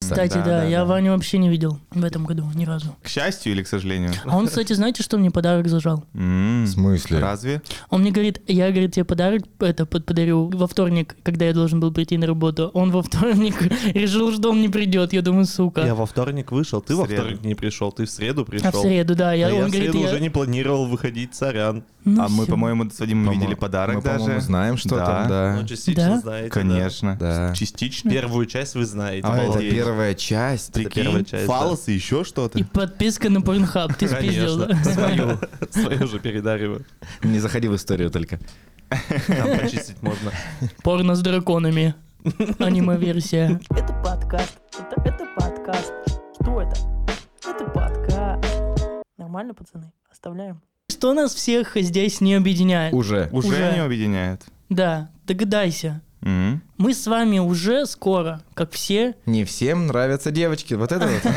Кстати, да, да, я да. Ваню вообще не видел в этом году ни разу. К счастью или к сожалению? А он, кстати, знаете, что мне подарок зажал? М, В смысле? Разве? Он мне говорит, я, говорит, тебе подарок это под- подарю во вторник, когда я должен был прийти на работу. Он во вторник решил, что он не придет. Я думаю, сука. Я во вторник вышел, ты В во среду. вторник не пришел, ты в среду пришел. А в среду, да. Я, А я он в говорит, среду я- уже не планировал выходить, сорян. Ну а мы, всё. по-моему, с Вадимом По-моему, видели подарок мы, даже. по-моему, знаем, что Да. там, да. Ну, частично Да? знаете. да. Конечно. Да. Частично. Первую часть вы знаете. А это обалдеть. первая часть. Это первая часть, да. фалосы, еще что-то. И подписка на Pornhub, ты спиздил. Конечно. Свою, свою же передариваю. Не заходи в историю только. Там почистить можно. Порно с драконами. Аниме-версия. Это подкаст. Это, это подкаст. Что это? Это подкаст. Нормально, пацаны? Оставляем. Что нас всех здесь не объединяет? Уже. Уже, Уже. не объединяет. Да, догадайся. М. Мы с вами уже скоро, как все, Не всем нравятся девочки. Вот это вот.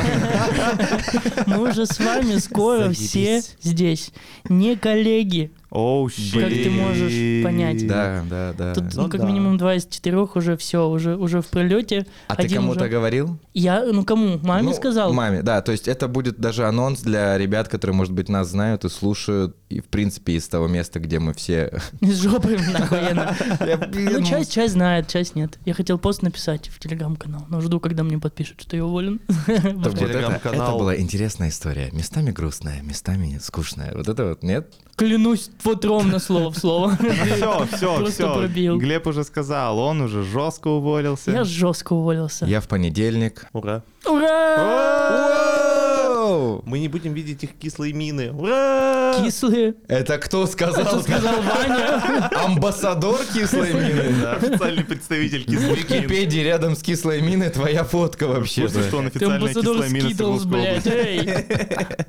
мы уже с вами скоро все Заебись. здесь. Не коллеги, Оу, как ты щит. можешь понять. Да, да, да. Тут, Ну ну, как да. минимум два из четырех уже все, уже, уже в пролете. А ты Один кому-то уже. говорил? Я, ну кому? Маме Ну, сказал? Маме, да. То есть это будет даже анонс для ребят, которые, может быть, нас знают и слушают. И, в принципе, из того места, где мы все... С жопой нахуй. я на- Ну, Ну, часть, часть знает, часть нет. Я хотел пост написать в телеграм-канал, но жду, когда мне подпишут, что я уволен. Вот это, это Телеграм-канал. была интересная история. Местами грустная, местами скучная. Вот это вот, нет? Клянусь вот ровно слово в слово. Все, все, Просто все. пробил. Глеб уже сказал, он уже жестко уволился. Я жестко уволился. Я в понедельник. Ура. Ура! Оу! Мы не будем видеть их кислые мины. Ура! Кислые. Это кто сказал? Сказал Ваня. Амбассадор кислой мины? Да, официальный представитель В кислых мин. Википедии рядом с кислой миной твоя фотка вообще. Просто что он Ты официальная амбассадор кислая мина скидывал, Свердловской блядь. области. эй.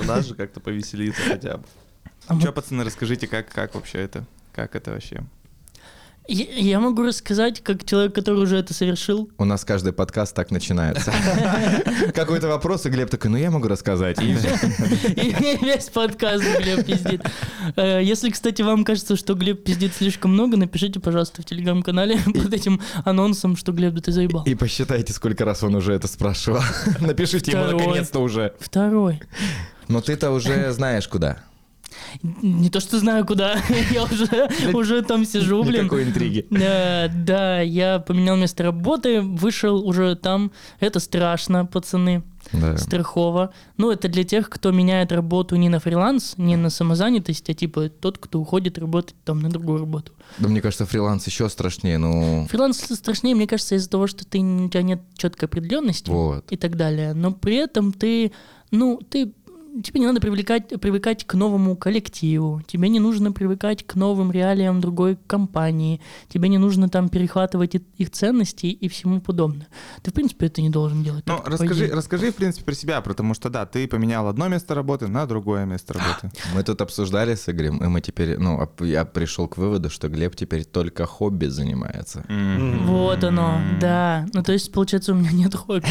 У нас же как-то повеселиться хотя бы. А мы- Че, пацаны, расскажите, как, как вообще это? Как это вообще? Я я могу рассказать, как человек, который уже это совершил. У нас каждый подкаст так начинается. Какой-то вопрос, и Глеб такой, ну я могу рассказать. И И весь подкаст Глеб пиздит. Э, Если, кстати, вам кажется, что Глеб пиздит слишком много, напишите, пожалуйста, в телеграм-канале под этим анонсом, что Глеб, да ты заебал. и посчитайте, сколько раз он уже это спрашивал. Напишите ему Второй. наконец-то уже. Второй. Но ты-то уже знаешь куда. Не то, что знаю куда, я уже, уже там сижу, блин. Никакой интриги. Да, да, я поменял место работы, вышел уже там. Это страшно, пацаны. Да. Страхово. Ну, это для тех, кто меняет работу не на фриланс, не на самозанятость, а типа тот, кто уходит работать там на другую работу. Да мне кажется, фриланс еще страшнее, ну... Фриланс страшнее, мне кажется, из-за того, что ты, у тебя нет четкой определенности Вот. и так далее. Но при этом ты, ну, ты тебе не надо привлекать, привыкать к новому коллективу, тебе не нужно привыкать к новым реалиям другой компании, тебе не нужно там перехватывать и- их ценности и всему подобное. Ты, в принципе, это не должен делать. Ну, так, по расскажи, идее. расскажи, в принципе, про себя, потому что, да, ты поменял одно место работы на другое место работы. Мы тут обсуждали с Игорем, и мы теперь, ну, а п- я пришел к выводу, что Глеб теперь только хобби занимается. Вот оно, да. Ну, то есть, получается, у меня нет хобби.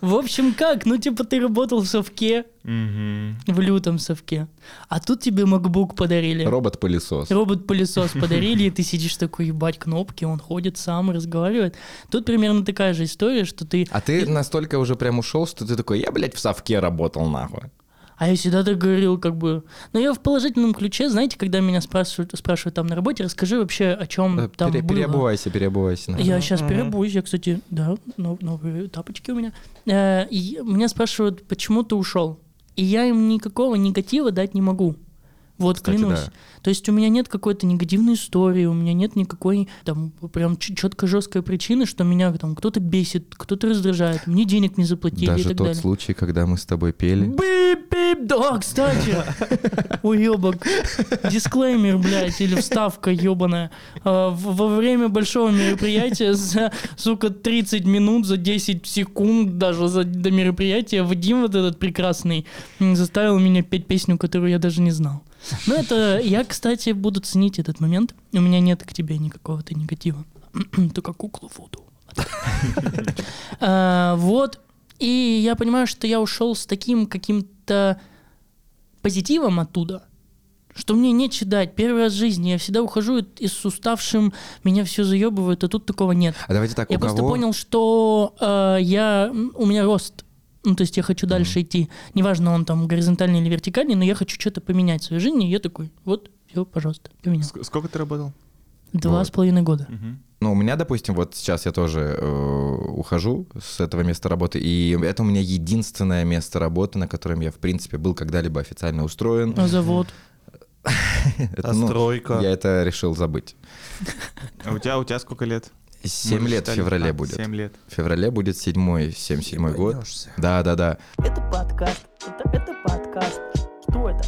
В общем, как? Ну, типа, ты работал в совке, Мгм. в лютом совке, а тут тебе MacBook подарили. Робот-пылесос. Робот-пылесос подарили, и ты сидишь такой, ебать, кнопки, он ходит сам, разговаривает. Тут примерно такая же история, что ты... А ты настолько уже прям ушел, что ты такой, я, блядь, в совке работал, нахуй. А я всегда так говорил, как бы... Но я в положительном ключе, знаете, когда меня спрашивают, спрашивают там на работе, расскажи вообще, о чем Да, там Э, пере- было». переобувайся, переобувайся. нахуй. Я сейчас перебуюсь, я, кстати, да, но- новые тапочки у меня. Э, и меня спрашивают, почему ты ушел? И я им никакого негатива дать не могу. Вот, Кстати, клянусь. да. То есть у меня нет какой-то негативной истории, у меня нет никакой там прям четко жесткой причины, что меня там кто-то бесит, кто-то раздражает, мне денег не заплатили и Даже так тот далее. случай, когда мы с тобой пели. Бип-бип, да, кстати, уебок, дисклеймер, блядь, или вставка ебаная. А, в- Во время большого мероприятия за, сука, 30 минут, за 10 секунд даже за, до мероприятия Вадим вот этот прекрасный м, заставил меня петь песню, которую я даже не знал. Но это, я, кстати, буду ценить этот момент. У меня нет к тебе никакого-то негатива. Только куклу в воду. А, Вот. И я понимаю, что я ушел с таким каким-то позитивом оттуда, что мне нечего дать. Первый раз в жизни я всегда ухожу и, и с уставшим меня все заебывает, а тут такого нет. А давайте так, Я у просто кого? понял, что э, я, м, у меня рост. Ну, то есть я хочу дальше идти. Неважно, он там горизонтальный или вертикальный, но я хочу что-то поменять в своей жизни. И я такой, вот, все, пожалуйста, поменял. Ск- Сколько ты работал? Два с половиной года. Ну, у меня, допустим, вот сейчас я тоже э, ухожу с этого места работы, и это у меня единственное место работы, на котором я, в принципе, был когда-либо официально устроен. А завод. Это, А ну, стройка? я это решил забыть. А у тебя, у тебя сколько лет? Ну, Семь лет в феврале будет. 7 лет. В феврале будет седьмой, семь седьмой год. Да, да, да. Это подкаст. Это, это подкаст. Что это?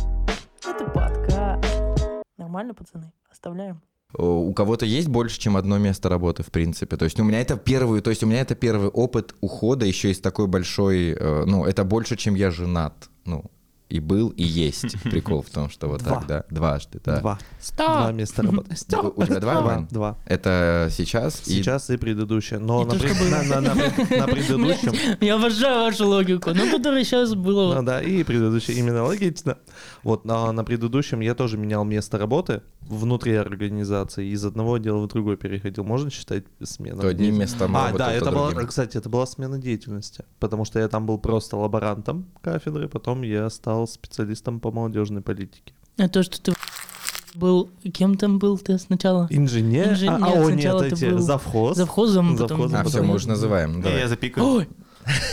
Это подкаст. Нормально, пацаны? Оставляем. О, э, У кого-то есть больше, чем одно место работы, в принципе. То есть у меня это первый, то есть у меня это первый опыт ухода еще из такой большой, э, ну, это больше, чем я женат. Ну, и был, и есть. Прикол в том, что вот Два. так, да. Дважды, да. Два. Два Стоп! места работы. У- У тебя два, Два. Вань? Два. Это сейчас? и- Сейчас и предыдущее. Но И на то, пред- что было. на- на- на пред- на предыдущем... Я обожаю вашу логику. Ну, которая сейчас Ну была. да, и предыдущий, именно логично. Вот а на, на предыдущем я тоже менял место работы внутри организации, из одного отдела в другой переходил. Можно считать сменой? То одним местом А, работал, да, то это была, другим. кстати, это была смена деятельности, потому что я там был просто лаборантом кафедры, потом я стал специалистом по молодежной политике. А то, что ты был... Кем там был ты сначала? Инженер, Инженер, а, а о, нет, сначала ты эти, был завхоз. Завхозом. потом- Завхозом, А, все, мы уже называем. ну, Да, давай. я запикаю. Ой,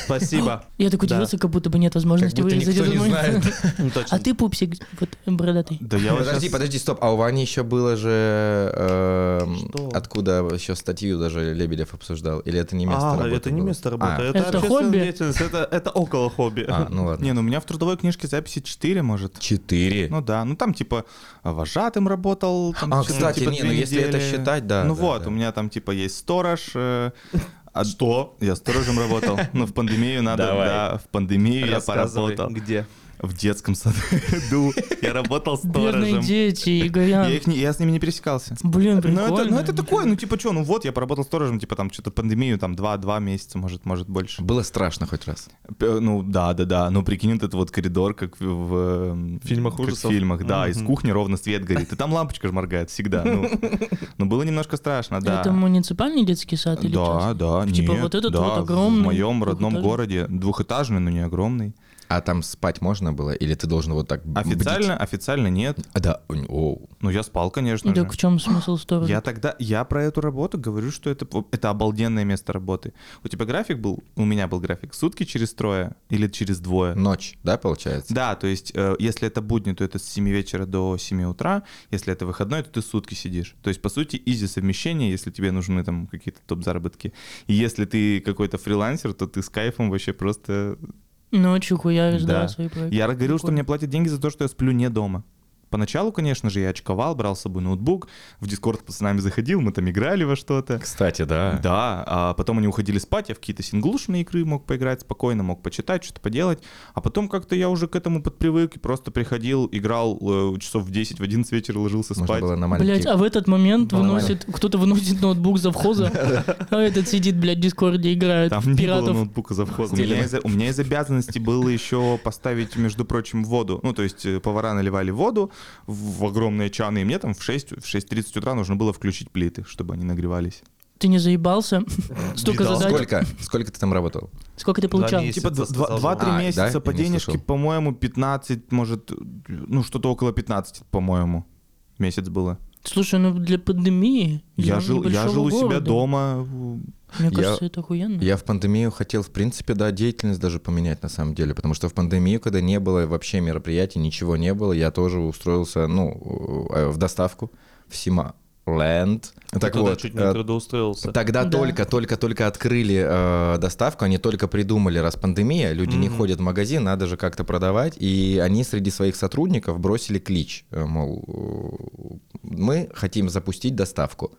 Спасибо. я так Да. удивился, как будто бы нет Как возможности будто вырезать никто этот не момент. знает. Ну, точно. А ты, пупсик, вот бородатый. Да я вот Подожди, щас- подожди, стоп. А у Вани еще было же... эм, Что? откуда еще статью даже Лебедев обсуждал? Или это не место а, работы это не было? место работы, А, это, Это общественная хобби? деятельность, это, это около хобби. А, ну ладно. Не, ну у меня в трудовой книжке записи 4, может. Четыре. Ну да, ну там типа вожатым работал. там А, что-то, кстати, типа, не, две ну если это недели. считать, да, Ну да, вот, да. у меня там типа есть сторож. Что? Я сторожем работал. Но в пандемию надо, Давай. да, в пандемию я Рассказывай, поработал. где? В детском саду я работал Бедные сторожем. дети, Я, Игорян. их не- я с ними не пересекался. Блин, Ну прикольно. это, ну это такое, ну типа что, ну вот я поработал сторожем, типа там что-то пандемию, там 2-2 месяца, может, может больше. Было страшно хоть раз. П- Ну да, да, да. Ну прикинь, вот этот вот коридор, как в, в, эм, фильмах как в ужасов. фильмах, да, из Мгм. кухни ровно свет горит. И там лампочка же моргает всегда. Ну, ну, было немножко страшно, да. Это муниципальный детский сад или Да, частный? да, Типа нет, вот этот да, вот огромный В моем родном двухэтажный? городе двухэтажный, но не огромный. А там спать можно было? Или ты должен вот так бдить? Официально, официально нет. А, да. Оу. Ну, я спал, конечно же. Так в чем смысл сторожа? Я тогда, я про эту работу говорю, что это, п- это обалденное место работы. У тебя график был, у меня был график, сутки через трое или через двое. Ночь, да, получается? Да, то есть, э, если это будни, то это с 7 вечера до 7 утра. Если это выходной, то ты сутки сидишь. То есть, по сути, изи совмещение, если тебе нужны там какие-то топ-заработки. И если ты какой-то фрилансер, то ты с кайфом вообще просто... Ночью хуяришь, да, Да. свои проекты. Я говорил, что Прикольно. мне платят деньги за то, что я сплю не дома. Поначалу, конечно же, я очковал, брал с собой ноутбук, в Дискорд с пацанами заходил, мы там играли во что-то. Кстати, да. Да, а потом они уходили спать, я в какие-то синглушные игры мог поиграть спокойно, мог почитать, что-то поделать. А потом как-то я уже к этому подпривык и просто приходил, играл э, часов в 10, в 11 вечера ложился Можно спать. было на Блять, маленький... а в этот момент Нормально. выносит, кто-то выносит ноутбук завхоза, а этот сидит, блядь, в Дискорде играет Там в не было пиратов. ноутбука завхоза. У меня, Стилем. из, у меня из обязанностей было еще поставить, между прочим, воду. Ну, то есть э, повара наливали воду в в огромные чаны, и мне там в 6, в 6.30 утра нужно было включить плиты, чтобы они нагревались. Ты не заебался? Столько Видал. задач. Сколько? Сколько ты там работал? Сколько ты Два получал? месяца. Типа Месяца два- сказал два- бы. два-три А, да? месяца Я по не денежке, слышал. по-моему, 15, может, ну что-то около 15, по-моему, месяц было. Слушай, ну для пандемии... Я для жил, я небольшого жил у себя города. дома. Мне Я- кажется, это охуенно. Я в пандемию хотел, в принципе, да, деятельность даже поменять на самом деле, потому что в пандемию, когда не было вообще мероприятий, ничего не было, я тоже устроился, ну, э, в доставку в Сима. Land. Ты Так туда вот, чуть не э, трудоустроился. Тогда Да. только, только, только открыли э, доставку, они только придумали, раз пандемия, люди не Мгм. ходят в магазин, надо же как-то продавать, и они среди своих сотрудников бросили клич, э, мол, э, мы хотим запустить доставку.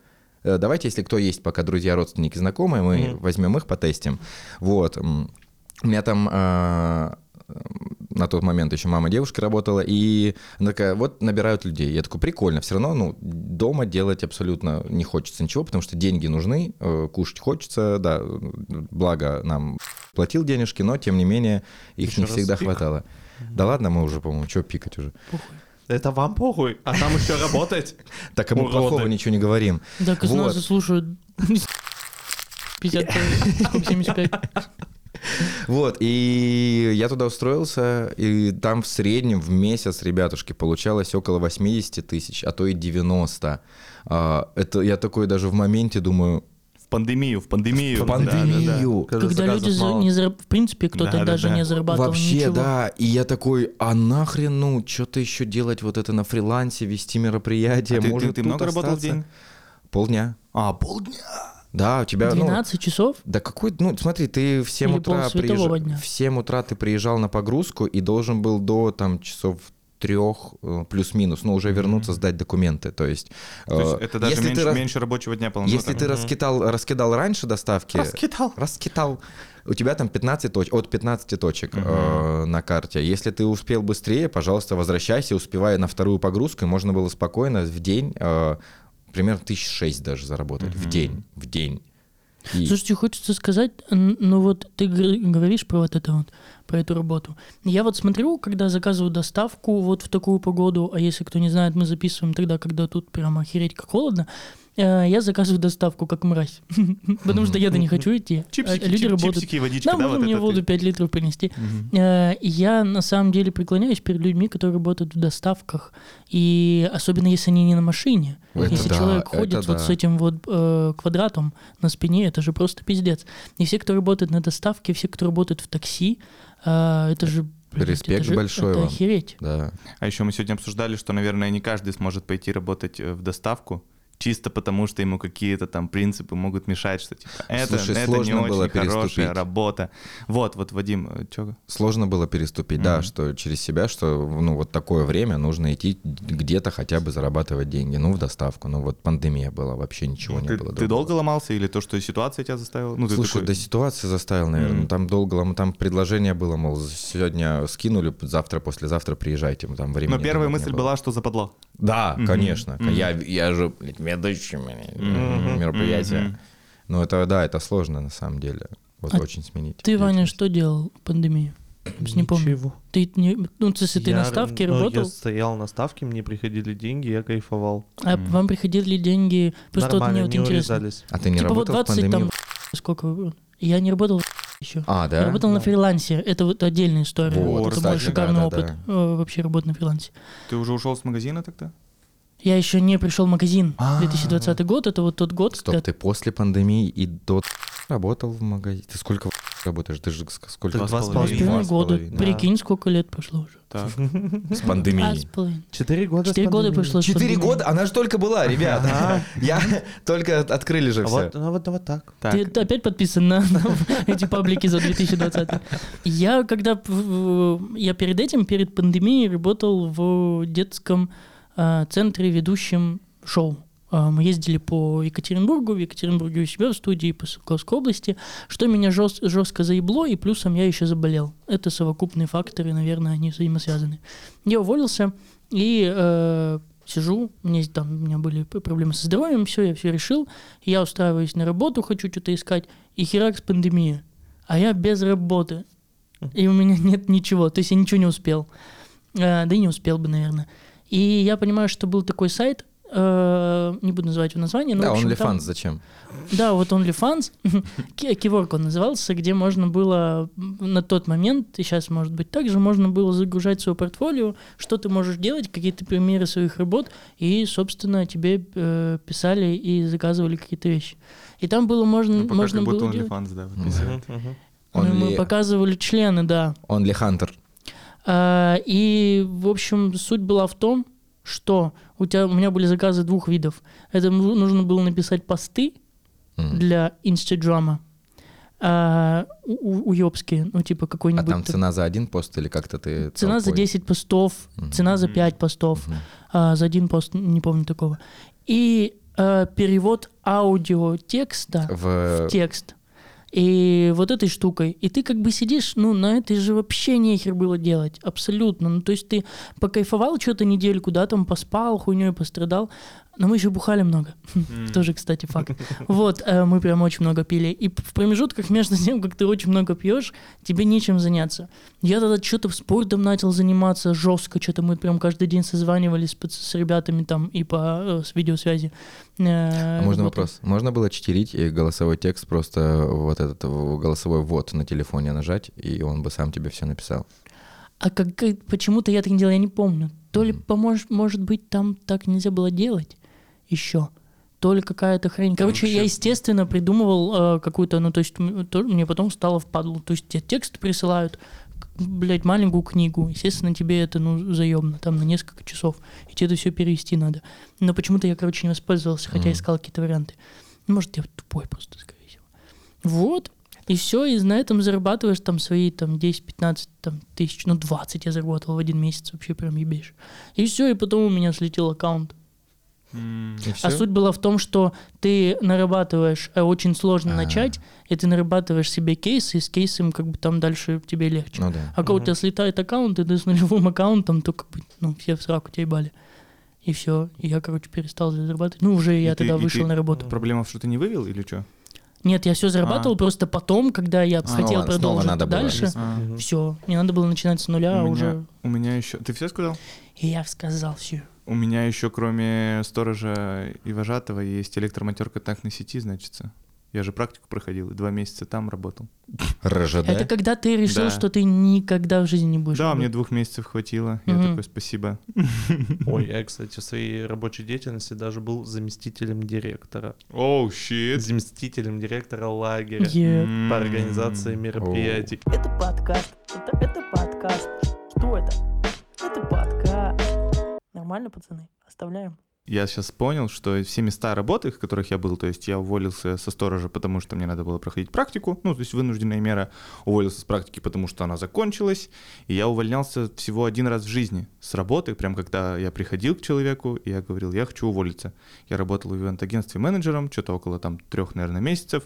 Э, Давайте, если кто есть пока друзья, родственники, знакомые, мы Мгм. возьмем их, потестим. Вот. м. У меня там э, на тот момент еще мама девушки работала, и она такая, вот набирают людей. Я такой, прикольно, все равно, ну, дома делать абсолютно не хочется ничего, потому что деньги нужны, э, кушать хочется, да, благо нам платил денежки, но, тем не менее, их Ещё не раз всегда пик. хватало. Да ладно, мы уже, по-моему, что пикать уже. Похуй. Это вам похуй, а там еще работать. Так а мы Уроды. плохого ничего не говорим. Так из Вот. нас и слушают 50, 75. Вот, и я туда устроился, и там в среднем в месяц, ребятушки, получалось около 80 тысяч, а то и 90. А, Это я такой даже в моменте думаю, В пандемию, в пандемию. в пандемию. Кажется, Когда люди заказов за- мало. не зараб- в принципе, кто-то Да, да, даже да. не зарабатывал Вообще, ничего. да, и я такой, а нахрен, ну, что-то еще делать вот это на фрилансе, вести мероприятия, А ты- может, ты- ты тут много работал в остаться? день? Полдня. А, полдня. Да, у тебя, ну, 12 часов? Да какой, ну смотри, ты в 7 Или утра полсветового приезж- дня. в 7 утра ты приезжал на погрузку и должен был до там часов трех э, плюс-минус, ну уже вернуться, сдать документы, то есть, То есть э, это даже если ты меньше, рас- меньше рабочего дня полнота. если ты раскидал, раскидал раньше доставки, Раскидал. раскидал, у тебя там 15 точ... от 15 точек э, на карте. Если ты успел быстрее, пожалуйста, возвращайся, успевая на вторую погрузку, и можно было спокойно в день, э, примерно тысяч шесть даже заработать в день, в день. И- Слушайте, хочется сказать, н- ну вот ты гр- говоришь про вот это вот, про эту работу. Я вот смотрю, когда заказываю доставку вот в такую погоду, а если кто не знает, мы записываем тогда, когда тут прямо охереть как холодно, э, я заказываю доставку как мразь, потому что я-то не хочу идти. а Чипсики, Люди чип- работают. чипсики и водичка, Да, да, можно вот мне это воду ты- 5 литров принести. Мгм. Э, и Я на самом деле преклоняюсь перед людьми, которые работают в доставках. И особенно если они не на машине. Это если да, человек это ходит вот да. с этим вот э, квадратом на спине, это же просто пиздец. И все, кто работает на доставке, все, кто работает в такси, э, это же... блядь, Респект это же- большой это вам. охереть. Да. А еще мы сегодня обсуждали, что, наверное, не каждый сможет пойти работать э, в доставку, чисто потому, что ему какие-то там принципы могут мешать, что типа, это, Слушай, это не сложно было очень хорошая переступить. работа. Вот, вот, Вадим, э, чё? Сложно было переступить, да, Мгм. что через себя, что ну вот такое время нужно идти где-то хотя бы зарабатывать деньги, ну в доставку, ну вот пандемия была, вообще ничего не Ты, было. ты другого. долго ломался или то, что ситуация тебя заставила? Ну, ты Слушай, такой, да ситуация заставила, наверное, Мгм. там долго, лом- там предложение было, мол, сегодня скинули, завтра, послезавтра приезжайте, там времени. Но первая не мысль было. была, что западло. Да, Мгм. конечно, Мгм. я я же блядь, ведущий блядь, Мгм. мероприятия. Мгм. Ну это да, это сложно на самом деле, вот А очень сменить. Ты, Ваня, деятельность. что делал в пандемию? Просто Не помню. Ничего. Ты, не, ну, если ты Я- на ставке ну, работал, Я стоял на ставке, мне приходили деньги, я кайфовал. а Мгм. вам приходили деньги... Просто вот Нормально, мне вот не интересно. урезались. А ты не Типа вот работал в 20 там... пандемию? Сколько? Я не работал еще. А, да? Я работал на Да. фрилансе. Это вот отдельная история. Вот, это кстати, мой шикарный да, да, опыт да. э, вообще работать на фрилансе. Ты уже ушел с магазина тогда? Я еще не пришел в магазин. А. 2020 год это вот тот год, Стоп, когда- ты после пандемии и до работал в магазине? Ты сколько работаешь? Ты же ск- сколько? Ты два с с Два с половиной. половиной. половиной с года. половиной. Прикинь, сколько лет прошло уже. Так. С Два с пандемией. половиной. Четыре года. с Четыре года пандемией. прошло. с Четыре пандемией. года? Она же только была, ребята. Я только открыли же А все. вот, ну, вот, вот так. А, Так. Ты ты опять подписан на на эти паблики за 2020. Я когда п- в- я перед этим, перед пандемией, работал в детском а, центре ведущим шоу. А, Мы ездили по Екатеринбургу, в Екатеринбурге у себя в студии по Свердловской области, что меня жестко заебло, и плюсом я еще заболел. Это совокупные факторы, наверное, они взаимосвязаны. Я уволился и э, сижу, мне там, у меня были п- проблемы со здоровьем, все, я все решил, я устраиваюсь на работу, хочу что-то искать, и херакс пандемия, а я без работы, и у меня нет ничего, то есть я ничего не успел, Э, да и не успел бы, наверное. И я понимаю, что был такой сайт, э, не буду называть его название, но ну, Да, в общем, он там- фанс, зачем? да, вот OnlyFans, Ки- Киворк он назывался, где можно было м, на тот момент, и сейчас может быть так же, можно было загружать свое портфолио, что ты можешь делать, какие-то примеры своих работ, и, собственно, тебе э, писали и заказывали какие-то вещи. И там было можно, Ну, пока можно как будто было делать. OnlyFans, да. вот Мгм. писали. Мы- Мы Only- показывали члены, да. Only Hunter. А, И, в общем, суть была в том, что у тебя у меня были заказы двух видов. Это м- нужно было написать посты М. для инстадрама. А, у- у- уёбские, ну, типа А какой-нибудь... там цена за один пост или как-то ты... Цена за толпой? 10 постов, Мгм. цена за Мгм. 5 постов, Мгм. а, за один пост, не помню такого. И э, перевод аудиотекста в В... текст. И и вот этой штукой. И ты как бы сидишь, ну, на этой же вообще нехер было делать. Абсолютно. Ну, то есть ты покайфовал что-то недельку, да, там поспал, хуйней пострадал. Но мы еще бухали много. Тоже, кстати, факт. Вот, э, мы прям очень много пили. И в промежутках между тем, как ты очень много пьешь, тебе нечем заняться. Я тогда что-то спортом начал заниматься жестко, что-то мы прям каждый день созванивались п- с ребятами там и по э, с видеосвязи. А Э, работал. Можно вопрос? Можно было читерить и голосовой текст просто вот этот в- голосовой ввод на телефоне нажать, и он бы сам тебе все написал? А как, как- почему-то я так не делал, я не помню. То ли, помож, может быть, там так нельзя было делать еще. То ли какая-то хрень. Короче, я, естественно, придумывал э, какую-то, ну, то есть м- то- мне потом стало впадлу. То есть тебе текст присылают, к- блядь, маленькую книгу. Естественно, тебе это, ну, заемно, там, на несколько часов. И тебе это все перевести надо. Но почему-то я, короче, не воспользовался, хотя Мгм. искал какие-то варианты. Ну, Может, я тупой просто, скорее всего. Вот, и все, и на этом зарабатываешь там свои там 10-15 там, тысяч, ну 20 я заработал в один месяц, вообще прям ебешь. И все, и потом у меня слетел аккаунт. М, И А всё? суть была в том, что ты нарабатываешь, э, очень сложно А. начать, и ты нарабатываешь себе кейсы, и с кейсом как бы там дальше тебе легче. Ну да. А когда у тебя слетает аккаунт, и ты с нулевым аккаунтом, то как бы, ну, все в сраку тебя ебали. И все, и я, короче, перестал зарабатывать. Ну, уже я ты- тогда и вышел ты- на работу. Проблема в что ты не вывел или что? Нет, я все зарабатывал, А. просто потом, когда я Снова- хотел А, ну снова продолжить надо было. дальше, Мгм. Все, не надо было начинать с нуля, а у, уже. меня, А, у меня еще... Ты все сказал? И я сказал все. У меня еще, кроме сторожа и вожатого, есть электромотер контактной сети, значится. Я же практику проходил, и два месяца там работал. РЖД? Это когда ты решил, Да. что ты никогда в жизни не будешь. да, мне работать. двух месяцев хватило. Мгм. Я такой, спасибо. Ой, я, кстати, в своей рабочей деятельности даже был заместителем директора. Оу, Э? щит. Заместителем директора лагеря Е- по организации мероприятий. Это подкаст. Это, это подкаст. Что это? Это подкаст. Нормально, пацаны? Оставляем. Я сейчас понял, что все места работы, в которых я был, то есть я уволился со сторожа, потому что мне надо было проходить практику, ну, то есть вынужденная мера, уволился с практики, потому что она закончилась, и я увольнялся всего один раз в жизни с работы, прям когда я приходил к человеку, и я говорил, я хочу уволиться. Я работал в ивент-агентстве менеджером, что-то около там трех, наверное, месяцев,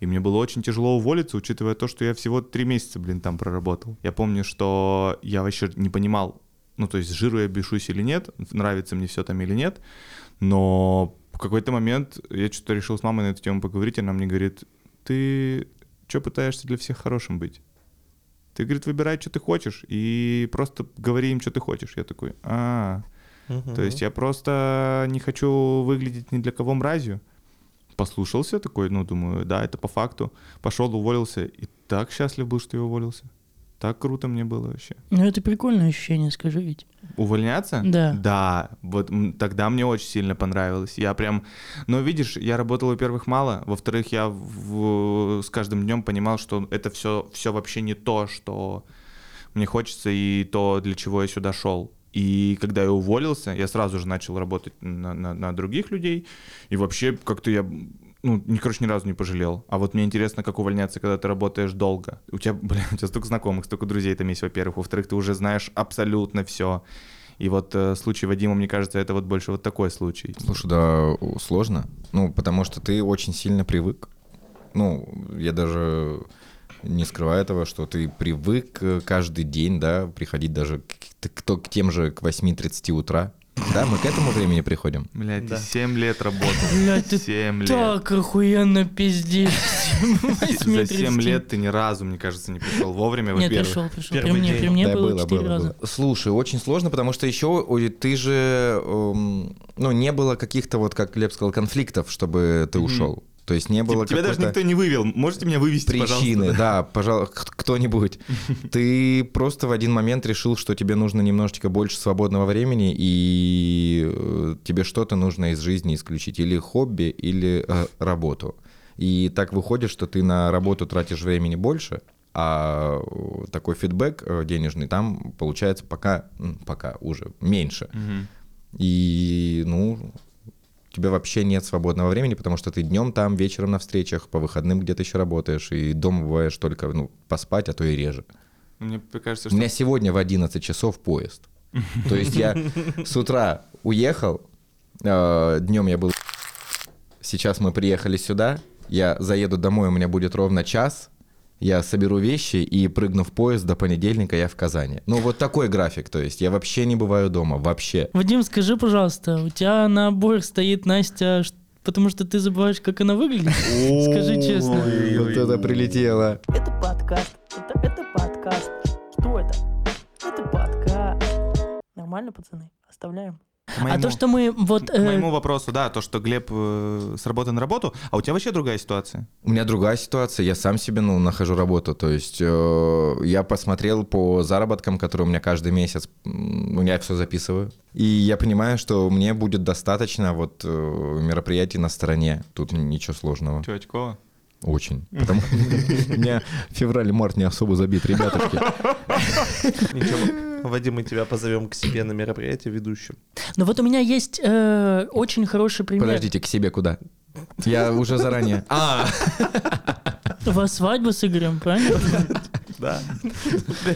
и мне было очень тяжело уволиться, учитывая то, что я всего три месяца, блин, там проработал. Я помню, что я вообще не понимал, ну, то есть, с жиру я бешусь или нет, нравится мне все там или нет, но в какой-то момент я что-то решил с мамой на эту тему поговорить, и она мне говорит, ты что пытаешься для всех хорошим быть? Ты, говорит, выбирай, что ты хочешь, и просто говори им, что ты хочешь. Я такой, а, Мгм. то есть я просто не хочу выглядеть ни для кого мразью. Послушался такой, ну, думаю, да, это по факту. Пошел, уволился, и так счастлив был, что я уволился. Так круто мне было вообще. Ну это прикольное ощущение, скажи ведь. Увольняться? Да. Да, вот м, тогда мне очень сильно понравилось. Я прям, но видишь, я работал, во-первых, мало, во-вторых, я в- с каждым днем понимал, что это все, все вообще не то, что мне хочется и то, для чего я сюда шел. И когда я уволился, я сразу же начал работать на, на- на других людей, и вообще как-то я, ну, ни, короче, ни разу не пожалел. А вот мне интересно, как увольняться, когда ты работаешь долго. У тебя, блин, у тебя столько знакомых, столько друзей там есть, во-первых. Во-вторых, ты уже знаешь абсолютно все. И вот э, случай Вадима, мне кажется, это вот больше вот такой случай. Слушай, да, у- сложно. Ну, потому что ты очень сильно привык. Ну, я даже не скрываю этого, что ты привык э, каждый день, да, приходить даже к, к- к то- к тем же к 8.30 утра. Да, мы к этому времени приходим. Блядь, Да. ты 7 лет работал. Блядь, ты 7 лет. Так охуенно пиздишь. За 7 лет ты ни разу, мне кажется, не пришел вовремя, Нет, во-первых. пришел, пришел. При Первый мне, день. при мне Да, было 4 раза. было. Слушай, очень сложно, потому что еще ой, ты же, эм, ну, не было каких-то, вот как Глеб сказал, конфликтов, чтобы ты Мгм. ушел. То есть не было Тебя даже какой-то- никто не вывел. Можете меня вывести, причины, пожалуйста? да, пожалуйста, кто-нибудь. Ты просто в один момент решил, что тебе нужно немножечко больше свободного времени, и э, тебе что-то нужно из жизни исключить, или хобби, или э, работу. И так выходит, что ты на работу тратишь времени больше, а э, такой фидбэк э, денежный там получается пока, м, пока уже меньше. Мгм. И, ну, у тебя вообще нет свободного времени, потому что ты днем там, вечером на встречах, по выходным где-то еще работаешь, и дома бываешь только, ну, поспать, а то и реже. Мне кажется, У что... меня сегодня в 11 часов поезд. То есть я с утра уехал, э, днем я был... Сейчас мы приехали сюда, я заеду домой, у меня будет ровно час, я соберу вещи и прыгну в поезд до понедельника, я в Казани. Ну, вот такой график, то есть я вообще не бываю дома, вообще. Вадим, скажи, пожалуйста, у тебя на обоих стоит Настя, ш- потому что ты забываешь, как она выглядит? Скажи честно. Вот это прилетело. Это подкаст. Это, это подкаст. Что это? Это подкаст. Нормально, пацаны? Оставляем. А то, что мы вот... К э, моему вопросу, да, то, что Глеб э, с работы на работу, а у тебя вообще другая ситуация. У меня другая ситуация, я сам себе ну, нахожу работу, то есть э, я посмотрел по заработкам, которые у меня каждый месяц, м, ну, я все записываю, и я понимаю, что мне будет достаточно вот э, мероприятий на стороне, тут ничего сложного, Чё, очкова? очень, потому у меня февраль-март не особо забит, ребятушки. Ничего. Вадим, мы тебя позовем к себе на мероприятие ведущим. Ну вот у меня есть э, очень хороший пример. Подождите, к себе куда? Я уже заранее. А, У вас свадьба с Игорем, правильно? Да.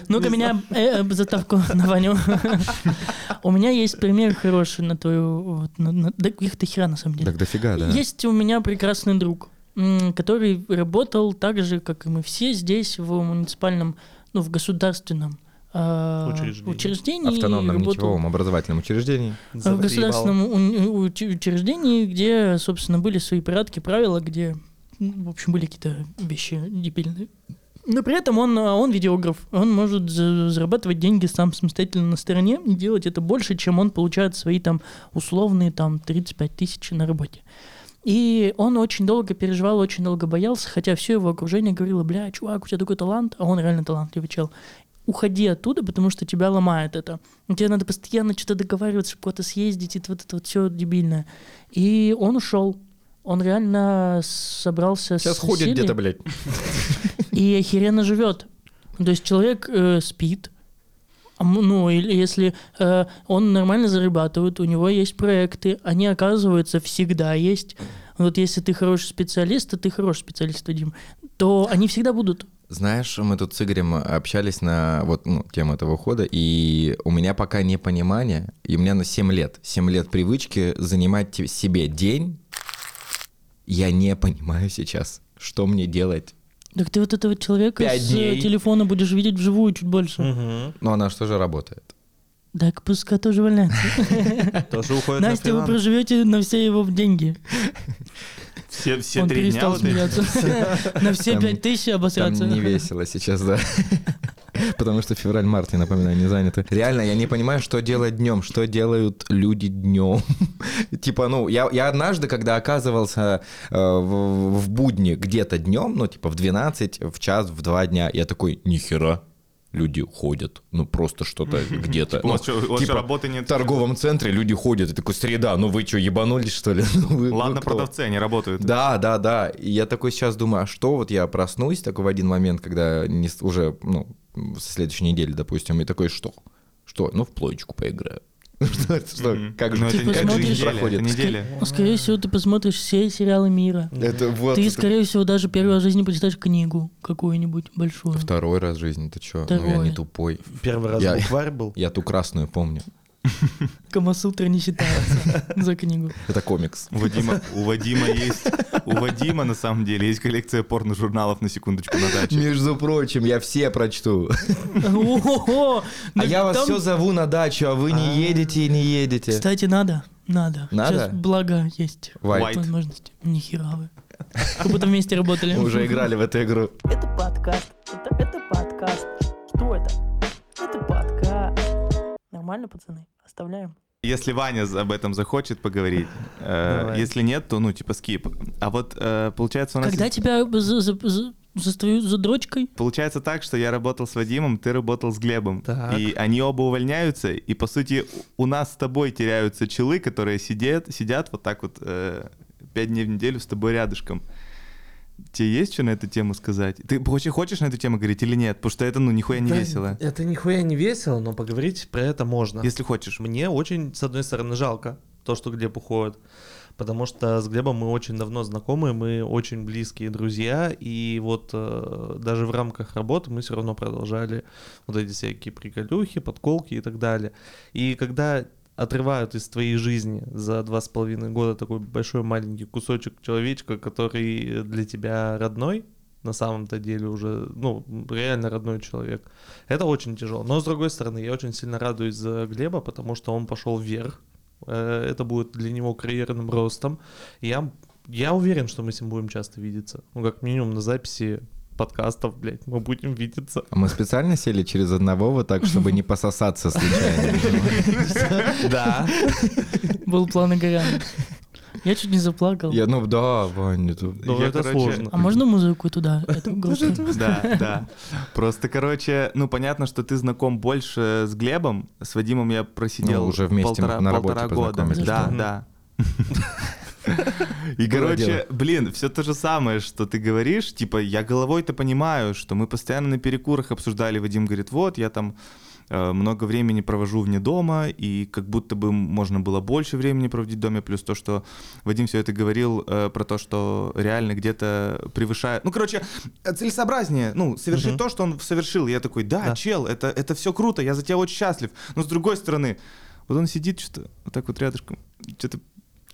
Ну-ка меня э, э, затавку на Ваню. У меня есть пример хороший на твою... вот, на- на- Да их-то хера на самом деле. так дофига, да. Есть у меня прекрасный друг, м, который работал так же, как и мы все здесь, в муниципальном, ну, в государственном э, Учреждении. учреждении. автономном работал ничевом образовательном учреждении. А в государственном у- уч- учреждении, где, собственно, были свои порядки, правила, где, ну, в общем, были какие-то вещи дебильные. Но при этом он, а, он видеограф, он может за- зарабатывать деньги сам самостоятельно на стороне и делать это больше, чем он получает свои там условные там 35 тысяч на работе. И он очень долго переживал, очень долго боялся, хотя все его окружение говорило, бля, чувак, у тебя такой талант, а он реально талантливый чел. Уходи оттуда, потому что тебя ломает это. Ну, Тебе надо постоянно что-то договариваться, чтобы куда-то съездить, и т- вот это вот все дебильное. И он ушел. Он реально собрался с Сейчас ходит силой где-то, блядь. и охеренно живет. То есть человек э, спит, А м- ну, или если э, он нормально зарабатывает, у него есть проекты, они, оказываются, всегда есть. Вот если ты хороший специалист, а ты хороший специалист, Вадим, то они всегда будут. Знаешь, мы тут с Игорем общались на вот ну, тему этого ухода, и у меня пока непонимание, и у меня на 7 лет, 7 лет привычки занимать те- себе день, я не понимаю сейчас, что мне делать. Так ты вот этого человека Пять с э, дней. телефона будешь видеть вживую чуть больше. Но Ну, она что же работает? Так пускай тоже валяется. Тоже уходит на Настя, вы фриланс. проживете на все его деньги. Все, все Он три дня перестал вот эти- смеяться. На все Там- пять тысяч Там обосраться. не весело сейчас, да. Потому что февраль-март, я напоминаю, не заняты. Реально, я не понимаю, что делать днем, что делают люди днем. типа, ну, я, я однажды, когда оказывался э, в, в будне где-то днем, ну, типа в 12, в час, в 2 дня, я такой, нихера, люди ходят, ну, просто что-то где-то. Типа, У Ну, вас чё, у вас чё, типа, работы в нет? торговом центре люди ходят, и такой, среда, ну вы что, ебанулись, что ли? Ну, вы- вы Ладно, кто?» продавцы, они работают. Да, да, да. И я такой сейчас думаю, а что вот я проснусь такой в один момент, когда не с- уже, ну, со следующей недели, допустим, и такой, что? Что? Ну, в плоечку поиграю. Ну, Что, что, Мгм. как же Ну, это Типа не- это смотришь- не неделя, проходит? это неделя. Ну, Скорее всего, ты посмотришь все сериалы мира. Это вот... Ты, это- скорее всего, даже первый раз в жизни прочитаешь книгу какую-нибудь большую. Второй раз в жизни, ты что? Ну, я Второе. не тупой. Первый раз Я- букварь был. Я ту красную помню. Камасутра не считается за книгу. Это комикс. У Вадима, у Вадима есть, у Вадима на самом деле есть коллекция порно-журналов на секундочку на даче. Между прочим, я все прочту. О-хо-хо! А Да я вас там- все зову на дачу, а вы не едете и не едете. Кстати, надо. Надо. Надо? Сейчас благо есть. White. Возможности. Нихера вы. Вы потом вместе работали. Мы уже играли в эту игру. Это подкаст. Это, это подкаст. Что это? Это подкаст. Нормально, пацаны? Оставляем. Если Ваня за- об этом захочет поговорить, э, Давай. если нет, то ну типа скип. А вот э, получается у нас Когда тебя за- за- за- застают за дрочкой, Получается так, что я работал с Вадимом, ты работал с Глебом. Так. И они оба увольняются, и по сути у нас с тобой теряются челы, которые сидят, сидят вот так вот э, пять дней в неделю с тобой рядышком. Тебе есть что на эту тему сказать? Ты вообще хочешь на эту тему говорить или нет? Потому что это, ну, нихуя не Да, весело. Это нихуя не весело, но поговорить про это можно. Если хочешь. Мне очень, с одной стороны, жалко то, что Глеб уходит. Потому что с Глебом мы очень давно знакомы, мы очень близкие друзья, и вот э, даже в рамках работы мы все равно продолжали вот эти всякие приколюхи, подколки и так далее. И когда отрывают из твоей жизни за два с половиной года такой большой маленький кусочек человечка, который для тебя родной, на самом-то деле уже, ну, реально родной человек. Это очень тяжело. Но, с другой стороны, я очень сильно радуюсь за Глеба, потому что он пошел вверх. Э, Это будет для него карьерным ростом. И Я, я уверен, что мы с ним будем часто видеться. Ну, как минимум на записи подкастов, блядь, мы будем видеться. А Мы специально сели через одного вот так, чтобы не пососаться случайно. Да. Был план Игоряна. Я чуть не заплакал. Я, ну да, Вань, это... Ну, Я, это короче, сложно. А можно музыку туда? эту грустную? Да, да. Просто, короче, ну понятно, что ты знаком больше с Глебом. С Вадимом я просидел Ну, уже вместе полтора, на работе полтора года. познакомились, Да, да. да. И, Было короче, дело. блин, все то же самое, что ты говоришь. Типа, я головой-то понимаю, что мы постоянно на перекурах обсуждали. Вадим говорит, вот, я там э, много времени провожу вне дома, и как будто бы можно было больше времени проводить в доме, плюс то, что Вадим все это говорил э, про то, что реально где-то превышает... Ну, короче, э, целесообразнее, ну, совершить Мгм. то, что он совершил. Я такой, да, Да. чел, это, это все круто, я за тебя очень счастлив. Но с другой стороны, вот он сидит что-то вот так вот рядышком, что-то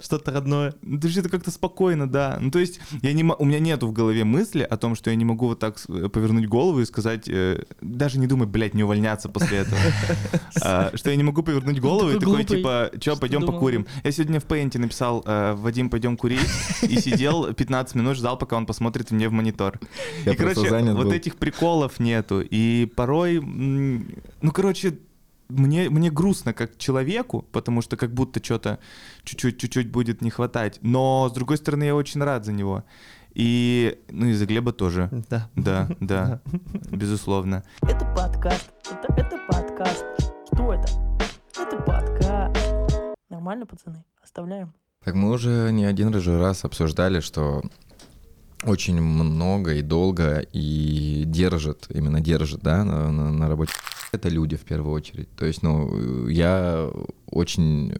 Что-то родное. ну, ты же это как-то спокойно, да. Ну, то есть, я не, мо- у меня нету в голове мысли о том, что я не могу вот так с- э, повернуть голову и сказать, э, даже не думай, блядь, не увольняться после этого. А, Что я не могу повернуть голову и такой, Такой типа, чё, ты пойдем думал?» покурим. Я сегодня в пейнте написал, э, Вадим, пойдем курить, и сидел 15 минут, ждал, пока он посмотрит мне в монитор. Я И, просто короче, занят вот был. этих приколов нету. И порой, м, ну, короче, мне, мне грустно как человеку, потому что как будто что-то чуть-чуть, чуть-чуть будет не хватать. Но, с другой стороны, я очень рад за него. И, ну, и за Глеба тоже. Да. Да, да, безусловно. Это подкаст. Это, это подкаст. Что это? Это подкаст. Нормально, пацаны? Оставляем. Так мы уже не один же раз обсуждали, что очень много и долго и держит, именно держит, да, на, на- на работе. Это люди в первую очередь. То есть, ну, я очень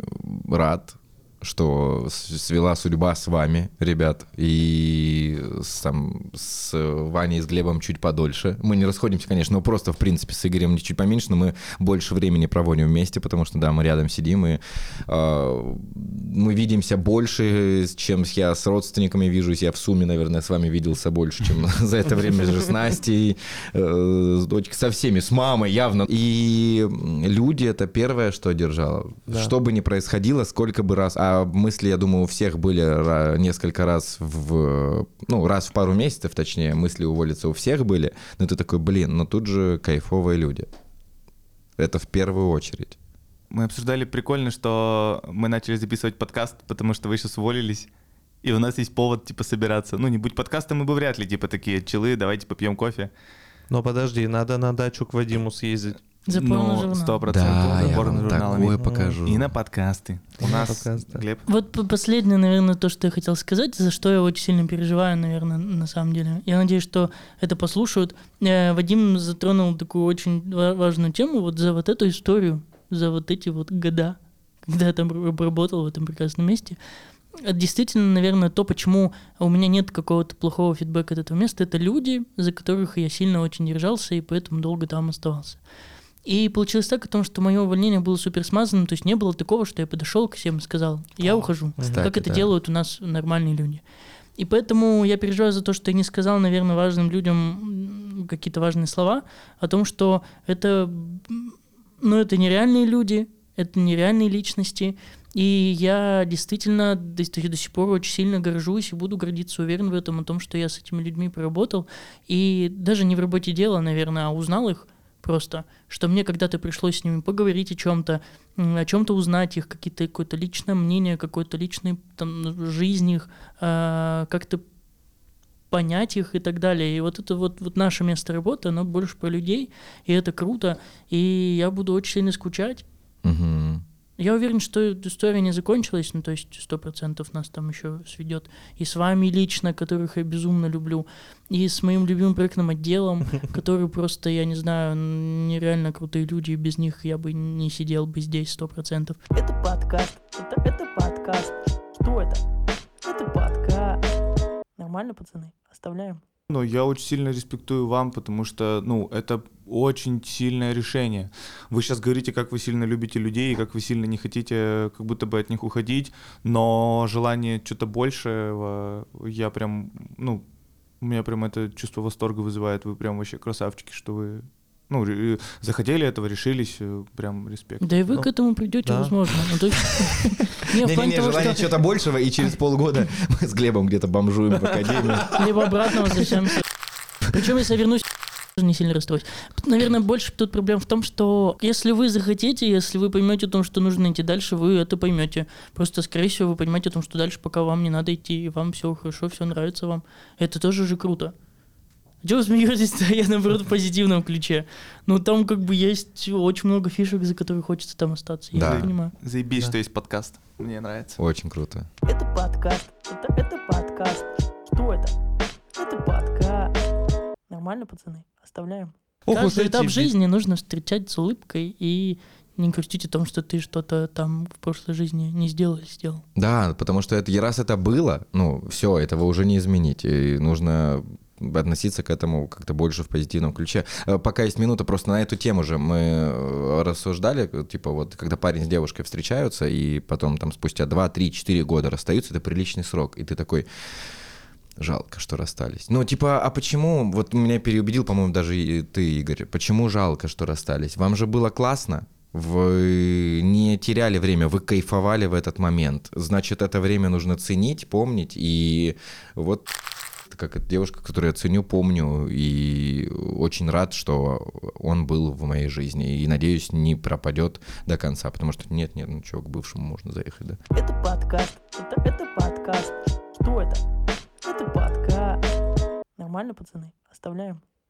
рад, что с- свела судьба с вами, ребят, и с, там, с Ваней и с Глебом чуть подольше. Мы не расходимся, конечно, но просто, в принципе, с Игорем чуть поменьше, но мы больше времени проводим вместе, потому что, да, мы рядом сидим, и а, мы видимся больше, с- чем с- я с родственниками вижусь. Я в сумме, наверное, с вами виделся больше, чем за это время же с Настей, э, с дочкой, со всеми, с мамой явно. И м, люди — это первое, что держало. Да. Что бы ни происходило, сколько бы раз... А мысли, я думаю, у всех были ра- несколько раз в... Ну, раз в пару месяцев, точнее, мысли уволиться у всех были. Но ты такой, блин, но тут же кайфовые люди. Это в первую очередь. Мы обсуждали прикольно, что мы начали записывать подкаст, потому что вы сейчас уволились. И у нас есть повод, типа, собираться. Ну, не будь подкаста, мы бы вряд ли, типа, такие челы, давайте попьем кофе. Но подожди, надо на дачу к Вадиму съездить. За Ну, порножурнал. сто процентов. за порножурналами. покажу. И на подкасты. У И на нас, подкасты. Глеб, Вот п- последнее, наверное, то, что я хотел сказать, за что я очень сильно переживаю, наверное, на самом деле. Я надеюсь, что это послушают. Э, Вадим затронул такую очень ва- важную тему вот за вот эту историю, за вот эти вот года, когда я там р- работал в этом прекрасном месте. Это действительно, наверное, то, почему у меня нет какого-то плохого фидбэка от этого места, это люди, за которых я сильно очень держался и поэтому долго там оставался. И получилось так, о том, что мое увольнение было супер смазано, то есть не было такого, что я подошел к всем и сказал, я ухожу, кстати, как это да. делают у нас нормальные люди. И поэтому я переживаю за то, что я не сказал, наверное, важным людям м, какие-то важные слова о том, что это, м, ну, это нереальные люди, это нереальные личности, и я действительно до, с- до сих пор очень сильно горжусь и буду гордиться, уверен в этом, о том, что я с этими людьми поработал. И даже не в работе дела, наверное, а узнал их просто, что мне когда-то пришлось с ними поговорить о чем-то, м, о чем-то узнать их, какие-то, какое-то личное мнение, какое-то личное там, жизнь их, а, как-то понять их и так далее. И вот это вот, вот наше место работы, оно больше про людей, и это круто. И я буду очень сильно скучать, Мгм. я уверен, что эта история не закончилась, ну, то есть сто процентов нас там еще сведет. И с вами лично, которых я безумно люблю, и с моим любимым проектным отделом, который просто, я не знаю, н- нереально крутые люди, и без них я бы не сидел бы здесь сто процентов. Это подкаст. Это, это подкаст. Что это? Это подкаст. Нормально, пацаны? Оставляем. Ну, я очень сильно респектую вам, потому что, ну, это очень сильное решение. Вы сейчас говорите, как вы сильно любите людей, и как вы сильно не хотите как будто бы от них уходить, но желание что-то большего, я прям, ну, У меня прям это чувство восторга вызывает. Вы прям вообще красавчики, что вы ну, ре- э, захотели этого, решились. э, Прям респект. Да и вы Ну, к этому придете, да. возможно. Ну, то есть- Не, в плане Не-не-не, того, желание что чего-то большего, и через полгода мы с Глебом где-то бомжуем в академии. либо обратно возвращаемся. Причем, если я вернусь, тоже не сильно расстроюсь. Тут, Наверное, больше тут проблема в том, что если вы захотите, если вы поймете о том, что нужно идти дальше, вы это поймете. Просто, скорее всего, вы понимаете о том, что дальше пока вам не надо идти, и вам все хорошо, все нравится вам. Это тоже же круто. Чего вы смеетесь-то? Я, наоборот, в позитивном ключе. Ну, там как бы есть очень много фишек, за которые хочется там остаться. Я Да. не понимаю. Заебись, Да. что есть подкаст. Мне нравится. Очень круто. Это подкаст. Это, это подкаст. Что это? Это подкаст. Нормально, пацаны? Оставляем. Каждый уж эти этап ви- жизни нужно встречать с улыбкой и не грустить о том, что ты что-то там в прошлой жизни не сделал или сделал. Да, потому что это, и раз это было, ну, все, этого уже не изменить. И нужно относиться к этому как-то больше в позитивном ключе. Э, Пока есть минута, просто на эту тему же мы э, рассуждали, э, типа вот, когда парень с девушкой встречаются, и потом там спустя 2, 3, 4 года расстаются, это приличный срок, и ты такой, жалко, что расстались. Ну, типа, а почему, вот меня переубедил, по-моему, даже и ты, Игорь, почему жалко, что расстались? Вам же было классно, вы не теряли время, вы кайфовали в этот момент. Значит, это время нужно ценить, помнить, и вот как эта девушка, которую я ценю, помню, и очень рад, что он был в моей жизни, и, надеюсь, не пропадет до конца, потому что нет-нет, ну чего, к бывшему можно заехать, да? Это подкаст. Это, это подкаст. Что это? Это подкаст. Нормально, пацаны? Оставляем.